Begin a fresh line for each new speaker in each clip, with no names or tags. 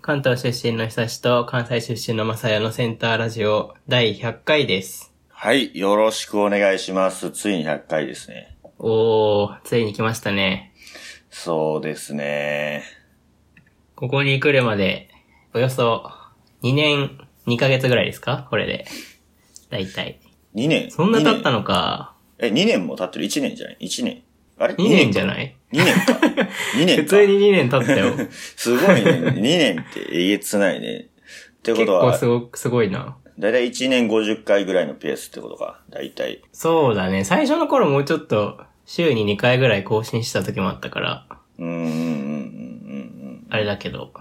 関東出身の久しと関西出身のまさやのセンターラジオ第100回です。
はい、よろしくお願いします。ついに100回ですね。
おー、ついに来ましたね。
そうですね。
ここに来るまで、およそ2年2ヶ月ぐらいですかこれで。だいたい。
2年。
そんな経った
の
のか。
え、2年も経ってる ?1 年じゃない ?1 年。あれ
2年じゃ
ない
ない
?2 年か。2年か。
普通に2年経った よ。
すごいね。2年ってえげつないね。ってこ
結
と
構
は
す、ごく、すごいな。
だいたい1年50回ぐらいのペースってことか。だいたい。
そうだね。最初の頃もうちょっと、週に2回ぐらい更新した時もあったから、
うーん、うん、うん、うん、うん。
あれだけど。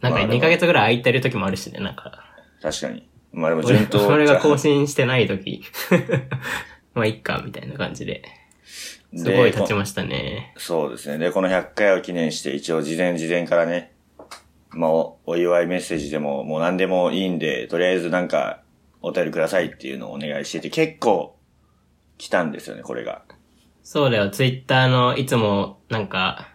なんか
まあでも
2ヶ月ぐらい空いてる時もあるしね、なんか。
確かに。まあでも
俺
順当。
それが更新してない時。 まあ、いっか、みたいな感じで。すごい
で
経ちましたね。
そうですね。で、この100回を記念して、一応事前事前からね、まあ、おお祝いメッセージでも、もう何でもいいんで、とりあえずなんか、お便りくださいっていうのをお願いしてて、結構、来たんですよね、これが。
そうだよ、ツイッターの、いつも、なんか、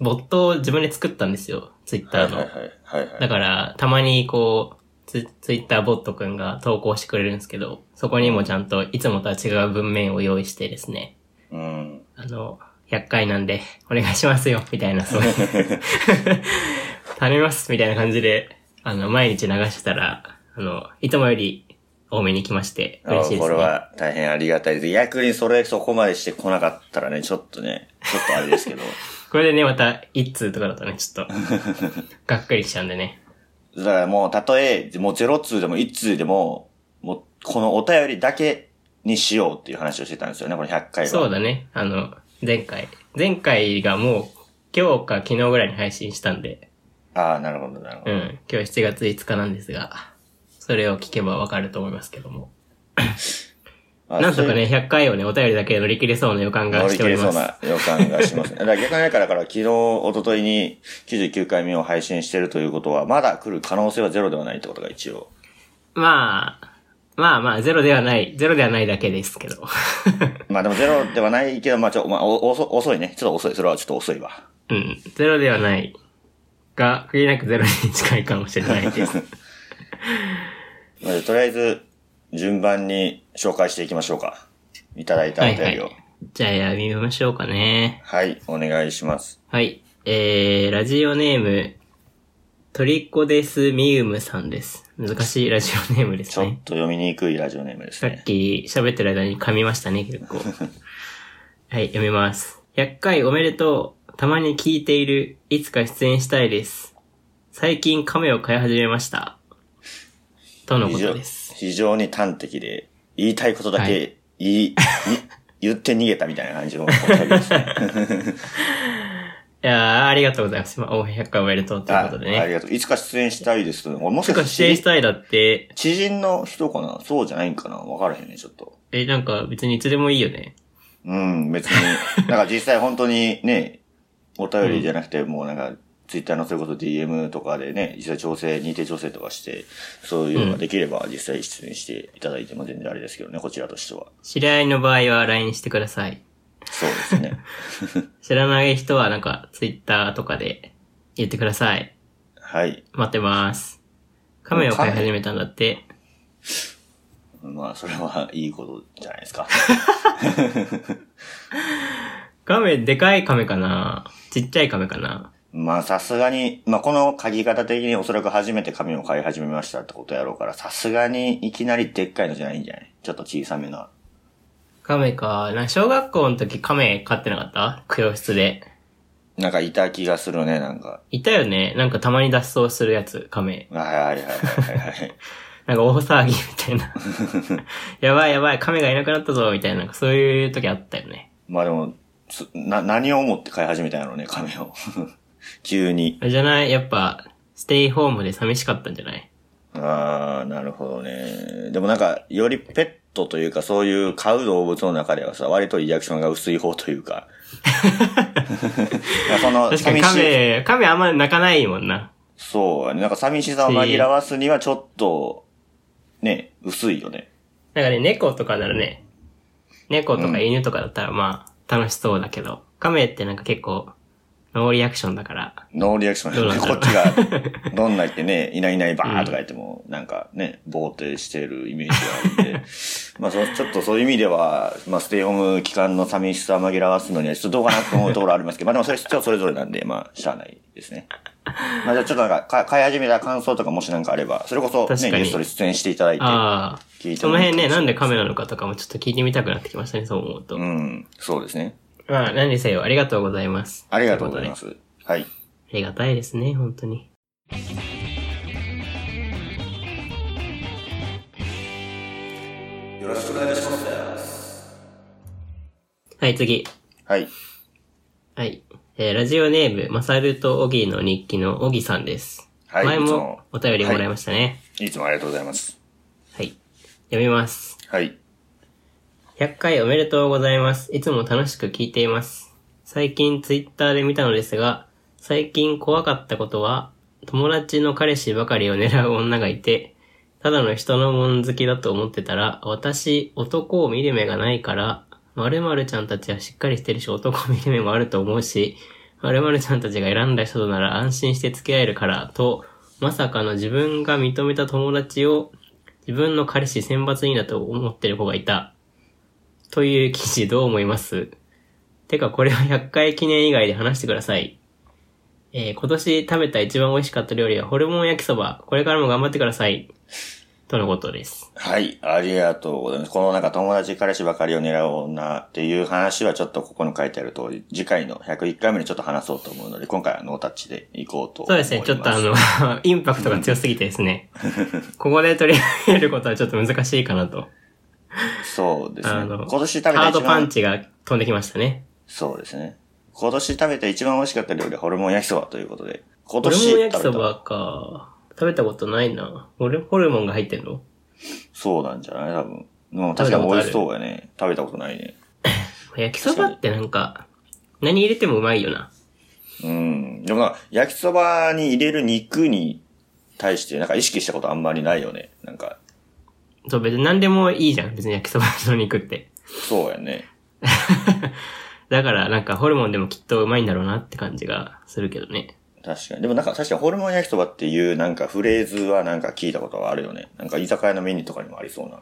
ボットを自分で作ったんですよ、ツイッ
は
タ
いは
ー
い
の。
はい。はいは
だ
い。
から、たまにこう、ツツイッターボットくんが投稿してくれるんですけど、そこにもちゃんといつもとは違う文面を用意してですね、
うん。
あの、100回なんで、お願いしますよ、みたい な、そういう。頼みます、みたいな感じで、あの、毎日流してたら、あの、いつもより多めに来まして、
あ
嬉しいですね。
これは大変ありがたいです。逆にそれそこまでしてこなかったらね、ちょっとね、ちょっとあれですけど。
これでね、また、一通とかだとね、ちょっと、がっくりしちゃうんでね。
だからもう、たとえ、もう0通でも1通でも、もう、このお便りだけにしようっていう話をしてたんですよね、この100回は。
そうだね。あの、前回。前回がもう、今日か昨日ぐらいに配信したんで、
ああ、なるほど、なるほ
う
ど。
ん。今日7月5日なんですが、それを聞けばわかると思いますけども。
あ
なんとかね、100回をね、お便りだけで乗り切れそうな予感
そういう
が
乗
し
り
て
切
お
れ
り
そ
ま
う
す。
な予感がしますね。だから逆にだからから、昨日、一昨日に99回目を配信してるということは、まだ来る可能性はゼロではないってことが一応。
まあ、まあまあ、ゼロではない、ゼロではないだけですけど。
まあでもゼロではないけど、まあちょ、まあお遅遅いね。ちょっと遅い。それはちょっと遅いわ。
うん、ゼロではないが、限りなくゼロに近いかもしれないです。
なのでとりあえず、順番に紹介していきましょうか。いただいたお便りを。
はいはじゃあ、やりましょうかね。
はい、お願いします。
はい。えー、ラジオネーム、トリコデスミウムさんです。難しいラジオネームで
ち
す
ょっ
ね。
と読みにくいラジオネームです
さっ
ね。
き喋ってる間に噛みましたね、結構。はい、読みます。100回おめでとう。たまに聞いている。いつか出演したいです。最近亀を飼い始めました。とのこ
非
と
常
です。
非常に端的で、言いたいことだ
は
け言い、 い言って逃げたみたいな感じのお便りですね。
いやーありがとうございます。まあ、お100回おめでとうということで
ああり
ね。
がとう。いつか出演したいですけど、俺もし
つ
か
か
し
出演してたいだって、
知人の人かなそうじゃないんかなわからへんね、ちょっと。
え、なんか別にいつでもいいよね。
うん、別に。 なんか実際本当にね、お便りじゃなくて、もうなんか、ツイッターのそれこそ DM とかでね、実際調整、認定調整とかして、そういうのができれば実際出演していただいても全然あれですけどね、こちらとしては。
知り合いの場合は LINE してください。
そうです ね。
知らない人はなんか Twitter とかで言ってください。
はい。
待ってます。亀を飼い始めたんだって。
まあ、それはいいことじゃないですか。
亀、でかい亀かなちっちゃい亀かな
まあさすがに、まあこの鍵型的におそらく初めて紙を買い始めましたってことやろうから、さすがにいきなりでっかいのじゃないんじゃないちょっと小さめな。
亀か。な、小学校の時亀飼ってなかった教室で。
なんかいた気がするね、なんか。
いたよねなんかたまに脱走するやつ、亀。
はいはいはいはいはい。
なんか大騒ぎみたいな。やばいやばい、亀がいなくなったぞ、みたいな、なんかそういう時あったよね。
まあでも、すな、何を思って買い始めたんやろうね、紙を。 急に。
あれじゃないやっぱ、ステイホームで寂しかったんじゃない
ああ、なるほどね。でもなんか、よりペットというか、そういう飼う動物の中ではさ、割とリアクションが薄い方という か。その、
確かに
寂しい
亀、亀あんま泣かないもんな。
そうやね。なんか寂しさを紛らわすにはちょっと、ね、薄いよね。
なんかね、猫とかならね、猫とか犬とかだったらまあ、楽しそうだけど、亀ってなんか結構、ノーリアクションだから。
ノーリアクション
どうなんだ
こ
ろう
っちが、どんな言ってね、いないいないばーとか言っても、なんかね、ぼーってしてるイメージがあるんで、 まあそ、ちょっとそういう意味では、まあ、ステイホーム期間の寂しさを紛らわすのには、ちょっとどうかなと思うところはありますけど、まあでもそれは人それぞれなんで、まあ、しゃあないですね。まあじゃあちょっとなんかか、買い始めた感想とかもしなんかあれば、それこそ
確か
ね、
に
ゲストで出演していただいて、
ああ。
聞いて
そ
も
の
いい
辺
かもしれ
ね、
ない
なんでカメなのかとかもちょっと聞いてみたくなってきましたね、そう思うと。
うん、そうですね。
まあ、何にせよ、ありがとうございます。。
ありがとうございますす。はい。
ありがたいですね、本当に。
よろしくお願いします。
はい、次。
はい。
はい。えーラジオネーム、マサルとオギーの日記のオギさんです。
はい
前
いつ
も
も
お便りもらいましたね。
いつもありがとうございます。
はい。読みます。
はい。
100回おめでとうございます。いつも楽しく聞いています。最近ツイッターで見たのですが、最近怖かったことは、友達の彼氏ばかりを狙う女がいて、ただの人のもん好きだと思ってたら、私、男を見る目がないから、〇〇ちゃんたちはしっかりしてるし、男を見る目もあると思うし、〇〇ちゃんたちが選んだ人となら安心して付き合えるから、と、まさかの自分が認めた友達を、自分の彼氏選抜にだと思ってる子がいた。という記事どう思いますてかこれは100回記念以外で話してください。えー今年食べた一番美味しかった料理はホルモン焼きそば。これからも頑張ってください。とのことです。
はい、ありがとうございます。このなんか友達彼氏ばかりを狙う女っていう話はちょっとここに書いてある通り、次回の101回目にちょっと話そうと思うので、今回はノータッチでいこうと思
そうで
いますす。
ね。ちょっとあの、 インパクトが強すぎてですね。ここで取り上げることはちょっと難しいかなと。
そうですね。
あ
今
の、
年食べた一
ハー
番
ドパンチが飛んできましたね。
そうですね。今年食べた一番美味しかった料理はホルモン焼きそばということで、
ホ
今
ル
年
モン焼きそ
食べた
ばか。食べたことないな。ホルホルモンが入ってんの
そうなんじゃない多分。もう確かに美味しそうやね。食べたことないね。
焼きそばってなんか、何入れてもうまいよな。
うん。でもなんか焼きそばに入れる肉に対してなんか意識したことあんまりないよね。なんか、
そう、別に何でもいいじゃん。別に焼きそばの肉って。
そうやね。
だから、なんかホルモンでもきっとうまいんだろうなって感じがするけどね。
確かに。でもなんか確かにホルモン焼きそばっていうなんかフレーズはなんか聞いたことはあるよね。なんか居酒屋のメニューとかにもありそうな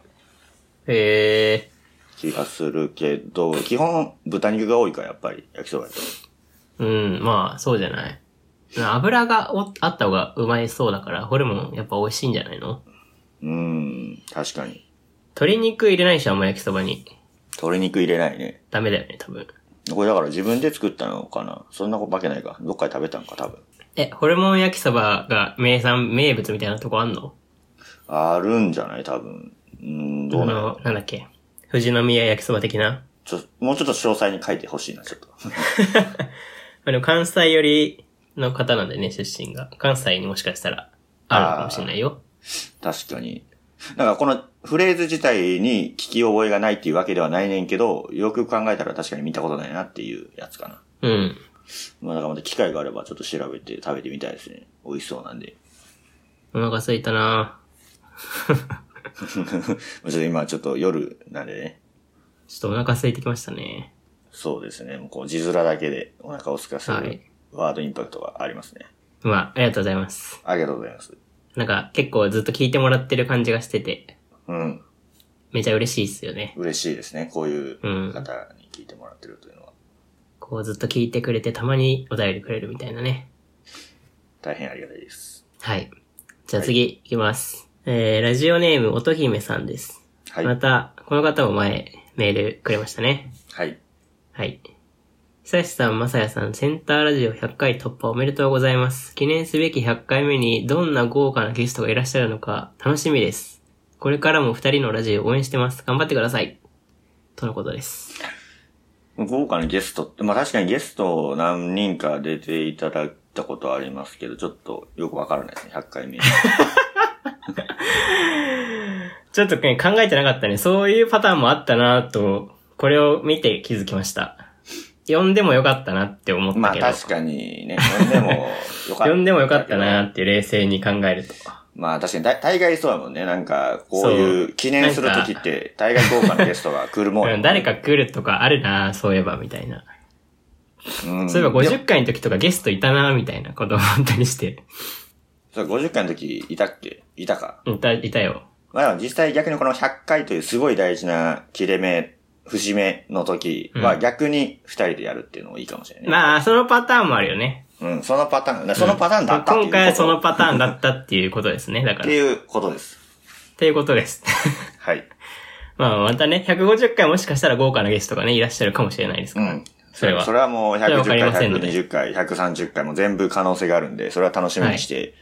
へえ
気がするけど、基本豚肉が多いからやっぱり焼きそばやと。
ー。うん、まあ、そうじゃない。油がおあった方がうまいそうだから、ホルモンやっぱ美味しいんじゃないの
うーん、確かに。
鶏肉入れないでしょ、あんま焼きそばに。
鶏肉入れないね。
ダメだよね、多分。
これだから自分で作ったのかなそんなわけないか。どっかで食べたんか多分。
え、ホルモン焼きそばが名産、名物みたいなとこあんの
あるんじゃない多分。うーん、どうな
あ
の
のなんだっけ。富士宮焼きそば的な
ちょ、もうちょっと詳細に書いてほしいな、ちょっと。
まあでも関西寄りの方なんでね、出身が。関西にもしかしたらあるのかもしれないよ。
確かに。なんかこのフレーズ自体に聞き覚えがないっていうわけではないねんけど、よく考えたら確かに見たことないなっていうやつかな。
うん。
まあだからまた機会があればちょっと調べて食べてみたいですね。美味しそうなんで。
お腹空いたな
ちょっと今ちょっと夜なんでね。
ちょっとお腹空いてきましたね。
そうですね。もうこう字面だけでお腹を空かせ
は
る
い
ワードインパクトがありますね。
まあ、ありがとうございます。
ありがとうございます。
なんか結構ずっと聞いてもらってる感じがしてて、
うん。
めちゃ嬉しいっすよね。
嬉しいですね。こういう
うん
方に聞いてもらってるというのは
こうずっと聞いてくれてたまにお便りくれるみたいなね。
大変ありがたいです。
はい。じゃあ次行きます。えー、ラジオネーム乙姫さんです。
はい。
また、この方も前メールくれましたね。
はい。
はい。久志さん、まさやさん、センターラジオ100回突破おめでとうございます。記念すべき100回目にどんな豪華なゲストがいらっしゃるのか楽しみです。これからも二人のラジオ応援してます。頑張ってください。とのことです。
豪華なゲストって、まあ確かにゲスト何人か出ていただいたことはありますけど、ちょっとよくわからないですね、100 回目。
ちょっとね、考えてなかったね。そういうパターンもあったなと、これを見て気づきました。呼んでもよかったなって思った
まあ
けど。
確かにね、呼んでもよかった。
呼んでもよかったなって冷静に考えると。
まあ確かに大大概そうだもんね、なんかこういう記念するときって大概豪華なゲストが来るもん
うん、誰か来るとかあるなそういえばみたいな。
うん
そういえば
でも
50回の時とかゲストいたな、みたいなことを思ったりして。
そう、50回の時、いたっけいたか。
いた、いたよ。
まあ、実際逆にこの100回というすごい大事な切れ目、節目の時
う
は
ん
逆に2人でやるっていうのもいいかもしれないね。
まあ、そのパターンもあるよね。
うん、そのパターン、なそのパターンだったっていう
今
こと
回はそのパターンだったっていうことですね。だか
っ
ら。
て
っ
いうことです。
ていうことです。
はい。
まあ、またね、150回もしかしたら豪華なゲストがね、いらっしゃるかもしれないです
う
から。
ん。
それは
それはもう
それは
110
わかり
回、
ませんので
120回、130回も全部可能性があるんで、それは楽しみにして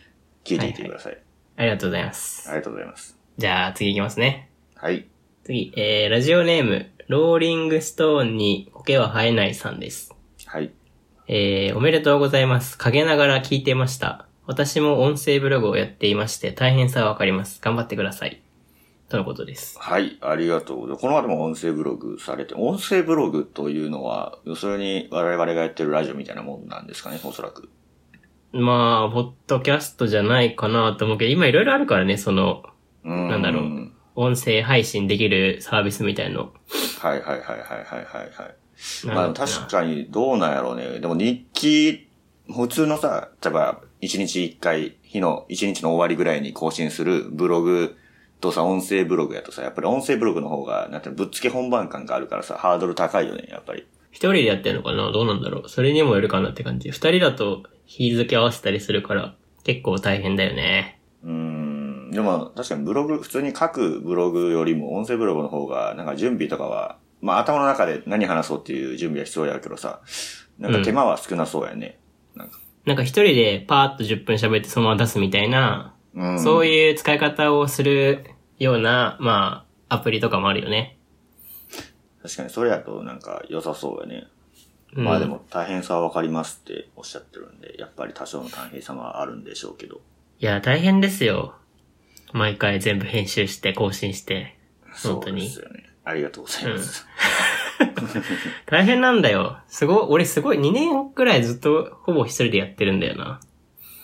聞いていてください。
ありがとうございます。
ありがとうございます。
じゃあ、次いきますね。
はい。
次、えー、ラジオネーム、ローリングストーンに苔は生えないさんです。
はい。
えー、おめでとうございます。陰ながら聞いてました。私も音声ブログをやっていまして、大変さはわかります。頑張ってください。とのことです。
はい、ありがとうございます。この後も音声ブログされて、音声ブログというのは、要するに我々がやってるラジオみたいなもんなんですかね、おそらく。
まあ、ポッドキャストじゃないかなと思うけど、今いろいろあるからね、その、
な
なんだろう音声配信できるサービスみたいの。
はいはいはいはいはいはいはい。
な
ま
ん
あ
だっけな
確かにどうなんやろうね。でも日記、普通のさ、例えば1日1回、日の1日の終わりぐらいに更新するブログとさ、音声ブログやとさ、やっぱり音声ブログの方が、なんていうのぶっつけ本番感があるからさ、ハードル高いよね、やっぱり。
一人でやってるのかなどうなんだろうそれにもよるかなって感じ。二人だと日付合わせたりするから、結構大変だよね。
うーん。でも確かにブログ、普通に書くブログよりも音声ブログの方が、なんか準備とかは、まあ頭の中で何話そうっていう準備は必要やけどさ、なんか手間は少なそうやね。
なんか一人でパーッと10分喋ってそのまま出すみたいな、
うん。
そういう使い方をするような、まあ、アプリとかもあるよね。
確かにそれやとなんか良さそうやね。
うん
まあで。も大変さはわかりますっておっしゃってるんで、やっぱり多少の大変さはあるんでしょうけど。
いや、大変ですよ。毎回全部編集して、更新して。本当
そうで
に。
すよね。ありがとうございます。
大変なんだよ。すごい、俺すごい2年くらいずっとほぼ一人でやってるんだよな。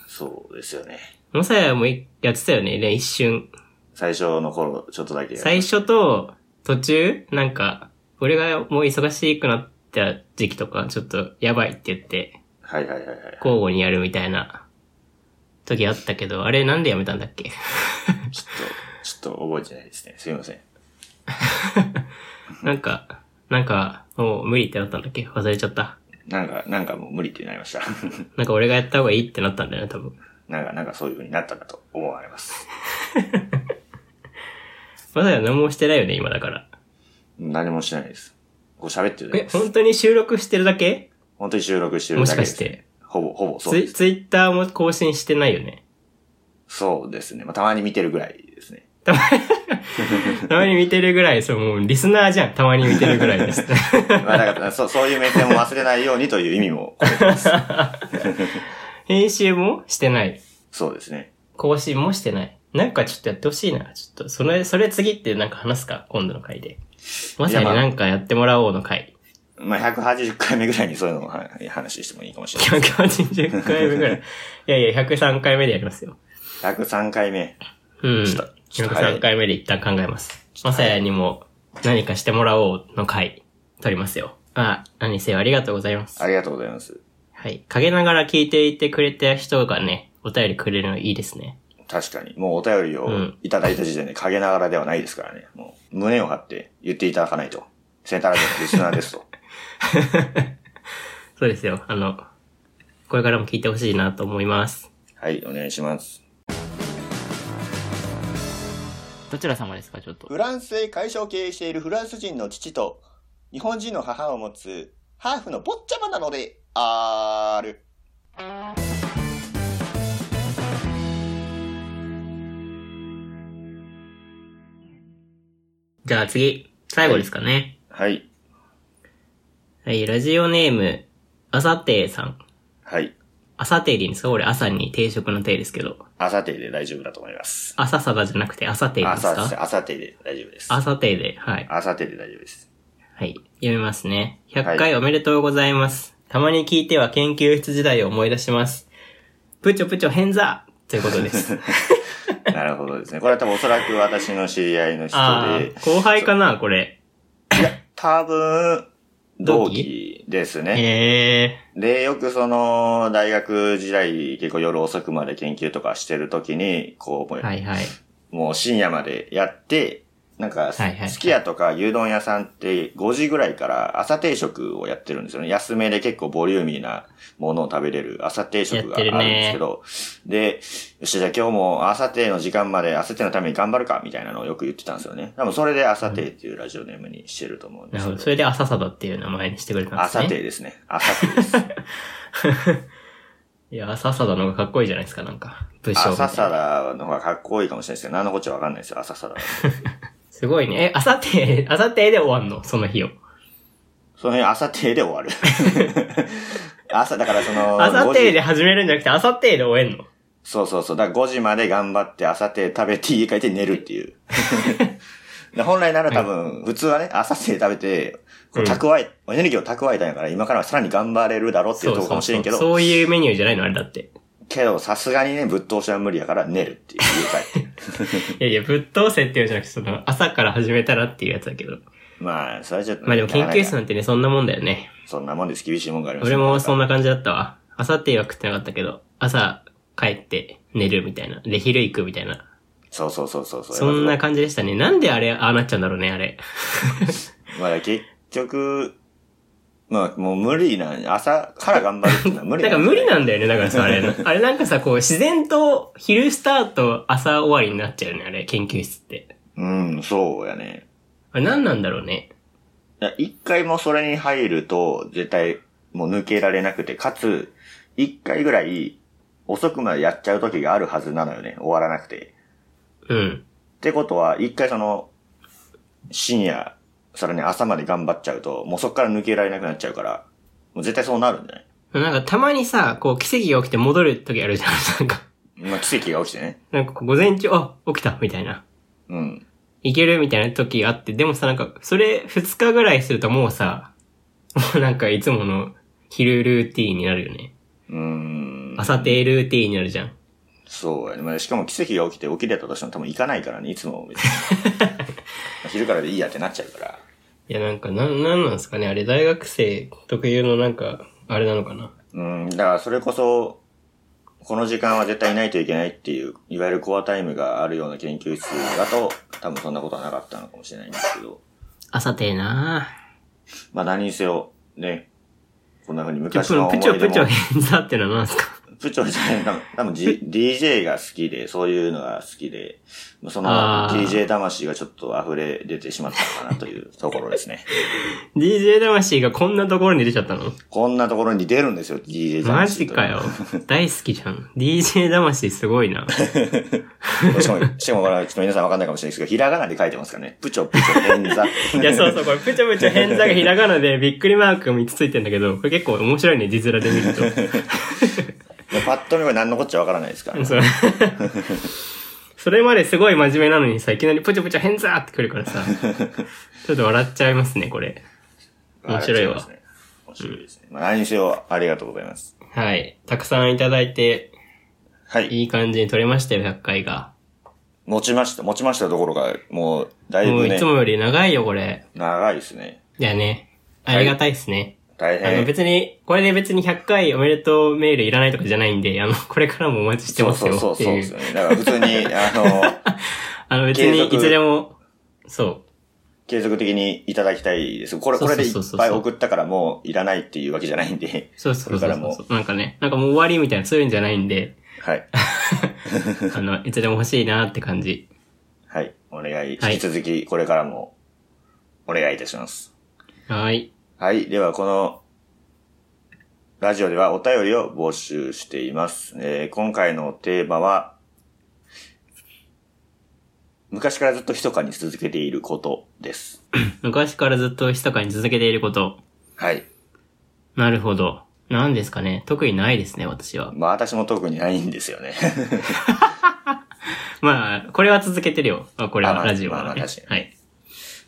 そうですよね。
もさやもいやってたよね、ね一瞬。
最初の頃、ちょっとだけ。
最初と途中、なんか、俺がもう忙しくなった時期とか、ちょっとやばいって言って、
はいはいはいはい。
交互にやるみたいな時あったけど、あれなんでやめたんだっけ
ちょっと、ちょっと覚えてないですね。すいません。
なんか、なんか、もう無理ってなったんだっけ忘れちゃった。
なんか、なんかもう無理ってなりました。
なんか俺がやった方がいいってなったんだよね、多分。
なんか、なんかそういう風になったんだと思われます。
まだ何もしてないよね、今だから。
何もしてないです。こう喋ってるだけ
え
で、す。
本当に収録してるだけ
本当に収録してるだけ
も
です、
しかして。
ほぼ、ほぼそう
ツ
で
イ
す。
ツイッターも更新してないよね。
そうですね。まあたまに見てるぐらいですね。
たまに見てるぐらい、そう、もうリスナーじゃん。たまに見てるぐらい です。
まあだから、そう、そういう目線も忘れないようにという意味も込めてます。
編集もしてない。
そうですね。
更新もしてない。なんかちょっとやってほしいな。ちょっと、それ、それ次ってなんか話すか今度の回で。まさに
いやまあ
なんかやってもらおうの回。
まあ、180回目ぐらいにそういうのをはい話してもいいかもしれない。
180回目ぐらい。いやいや、103回目でやりますよ。
103回目。
うん。
ちょっとちょっと早い
103回目で一旦考えます。まさやにも何かしてもらおうの回、撮りますよ。まあ、何せよありがとうございます。
ありがとうございます。
はい。陰ながら聞いていてくれた人がね、お便りくれるのいいですね。
確かに。もうお便りを
うん
いただいた時点で陰ながらではないですからね。もう胸を張って言っていただかないと。センターラジオのリスナ ーですと。
そうですよ。あの、これからも聞いてほしいなと思います。
はい、お願いします。
どちら様ですか、ちょっと。
フランスで会社を経営しているフランス人の父と、日本人の母を持つ、ハーフの坊ちゃまなので、あーる。
じゃあ次、最後ですかね。
はい。
はい、ラジオネーム、あさていさん。
はい。
あさていでいいんですか俺、朝に定食の定ですけど。
朝定で大丈夫だと思います。
朝さだじゃなくて、あさていです
朝ですね
か
朝定で大丈夫です。
あさていで、はい。
朝定で大丈夫です。
はい。読みますね。
は
100
い
回おめでとうございます。たまに聞いては研究室時代を思い出します。プチョプチョ変座ということ です。
なるほどですね。これは多分おそらく私の知り合いの人
ああ
で、
後輩かなこれ。
多分、同
同
期ですね。
へえ。
で、よくその、大学時代、結構夜遅くまで研究とかしてる時に、こう、もう,、
はいはい。
もう深夜までやって、なんか、す
はいはい
すき家とか牛丼屋さんって5時ぐらいから朝定食をやってるんですよね。安めで結構ボリューミーなものを食べれる朝定食があるんですけど、で、よし、じゃあ今日も朝定の時間まで朝定のために頑張るか、みたいなのをよく言ってたんですよね。多分それで朝定っていうラジオネームにしてると思うんで
な
す
るほ
けど。
ど。それで朝サバっていう名前にしてくれたんですね。
朝定ですね。朝 定です。
いや、朝サダの方がかっこいいじゃないですか、なんか。武将みた
朝
いな。
サラの方がかっこいいかもしれないですけど、何のこっちゃわかんないですよ、朝サラ。
すごいね。え、朝定、朝定で終わんのその日を。
その辺朝定で 終わる。朝、だからその、
朝定で
5時
始めるんじゃなくて、朝定で終えんの
そうそうそう。だから5時まで頑張って朝定食べて家帰って寝るっ ていう。で本来なら多分、普通はね、朝定食べて、こう
うん
蓄え、エネルギーを蓄えたんやから、今からはさらに頑張れるだろうっていうとこかもしれんけ
そうそう
ど、
そういうメニューじゃないのあれだって。
けどさすがにね、ぶっ通しは無理やから寝る っていう、家帰って。
いやいや、ぶっ通せっていうんじゃなくて、その、朝から始めたらっていうやつだけど。
まあ、それはちょっとね、
まあでも研究室
なかな
なんてね、そんなもんだよね。
かそんなもんです。厳しいもんがあります
俺もそん
な。
な感じだったわ。朝定は食ってなかったけど、朝帰って寝るみたいな。で、昼行くみたいな。
そうそうそうそう。
そんな感じでしたね。なんであれ、ああなっちゃうんだろうね、あれ。
まあ結局、まあもう無理なん、朝から頑張るってのは無 理
だから無理
ん
なんだよね、だからさ、 あれ。あれなんかさ、こう、自然と昼スタート、朝終わりになっちゃうよね、あれ、研究室って。
うん、そうやね。
あれ何なんだろうね。
だから一回もそれに入ると、絶対もう抜けられなくて、かつ、一回ぐらい遅くまでやっちゃう時があるはずなのよね、終わらなくて。
うん。
ってことは、一回その、深夜、さらに朝まで頑張っちゃうと、もうそっから抜けられなくなっちゃうから、もう絶対そうなるんじゃない
なんかたまにさ、こう、奇跡が起きて戻る時あるじゃん、なんか。
まあ奇跡が起きてね。
なんかこう午前中、あ、起きた、みたいな。
うん。
いけるみたいな時があって、でもさ、なんか、それ2日ぐらいするともうさ、もうなんかいつもの昼ルーティーンになるよね。
うーん。
朝定ルーティーンになるじゃん。
そうやね。まあ、しかも奇跡が起きて起きれたとしても多分行かないからね、いつも 別に。昼からでいいやってなっちゃうから。
いや、なんか、なん、なんなんですかね、あれ、大学生特有のなんか、あれなのかな。
うん、だからそれこそ、この時間は絶対いないといけないっていう、いわゆるコアタイムがあるような研究室だと、多分そんなことはなかったのかもしれないんですけど。
朝定なぁ。
まあ何にせよ、ね、こんな風に
プ
昔
チ
の
ョ、
思
プ
い
チ
出
ョ、
も。
プチョ偏差ってのは何ですか
プチョじゃない、多分多分、G、DJ が好きで、そういうのが好きで、その
あー
DJ 魂がちょっと溢れ出てしまったのかなというところですね。
?DJ 魂がこんなところに出ちゃったの
こんなところに出るんですよ、DJ
マ
魂
ジ
と
かよ。大好きじゃん。DJ 魂すごい な。
しかも、しかもこれ、ちょっと皆さんわかんないかもしれないですけど、ひらがなで書いてますからね。プチョプチョ変座。
いや、そうそう、これ、プチョプチョ偏差がひらがなで、びっくりマーク3つついてんだけど、これ結構面白いね、字面で見ると。
パッと見は何のこっちゃわからないですから。
そうそれまですごい真面目なのにさ、いきなりプチョプチョ偏差ってくるからさ、ちょっと笑っちゃいますね、これ。面白いわ
あれ違ますね。面白いですね。まあ、何にせよ、ありがとうございます。
はい。たくさんいただいて、
はい。
いい感じに撮れましたよ、100回が。
持ちました、持ちましたところが、もう、だい
も
ぶ
うい
ね
つ、もより長いよ、これ。
長いですね。
いやね。ありがたいですね。
大
あの
変。
別に、これで別に100回おめでとうメールいらないとかじゃないんで、あの、これからもお待ちして
そう
ます
そ
よ
うそう
って
そう
い
です
う
よ。ね。だから普 通に、あの、
あの別にいつでも、そう。
継続的にいただきたいです。これ、これでいっ
そうそうそう
ぱい
そう
送ったからもういらないっていうわけじゃないんで。
そうそう
こ
そ
れ
う
からも
そう。なんかね、なんかもう終わりみたいなそういうんじゃないんで、
はい。
あの、いつでも欲しいなって感じ。
はい。お願い。引
はい
き続き、これからも、お願いいたします。
はい。
はい。では、この、ラジオではお便りを募集しています。えー今回のテーマは、昔からずっと密かに続けていることです。
昔からずっと密かに続けていること。
はい。
なるほど。なんですかね。特にないですね、私は。
まあ、私も特にないんですよね。
まあ、これは続けてるよ。まあ、これ
あま
は
あ
ラジオ
まあま
は、
あ
ね。
確か
はい。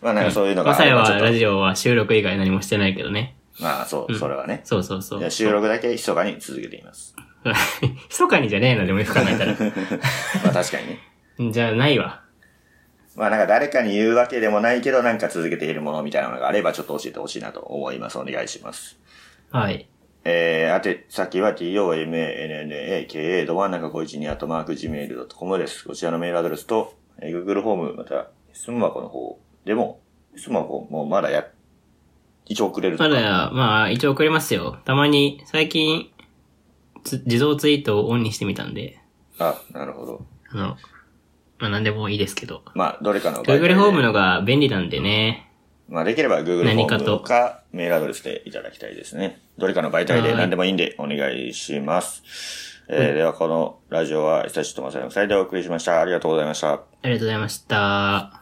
まあ、なんかそういうのが
ま
あ
さ
れ
や
ばちょ
は
っ
ラ
と、
ジオは収録以外何もしてないけどね。
まあ、そう、それはね。
そうそうそ
いう や。収録だけ密かに続けています。
密かにじゃねえな、でもよく考えたら。
まあ、確かにね。
じゃあ、ないわ。
まあなんか誰かに言うわけでもないけど、なんか続けているものみたいなのがあれば、ちょっと教えてほしいなと思います。お願いします。
はい。
えー、宛先は tomanaka ど真ん中512アットマーク gmail.com です。こちらのメールアドレスと、えー Google ホーム、また、スマホの方でも、スマホもまだや、一応送れると
ま
か。
だ、まあ、一応送りますよ。たまに、最近、つ自動ツイートをオンにしてみたんで、
あ、なるほど。
あの、まあ、なんでもいいですけど。
まあ、どれかの媒体で
Google ホームのが便利なんでね。
まあ、できれば Google ホ
何
ー
かと
ムかメールアドレスでいただきたいですね。どれかの媒体で何でもいいんでお願いします。えー、ではこのラジオは、久しとまさの2人でお送りしました。ありがとうございました。
ありがとうございました。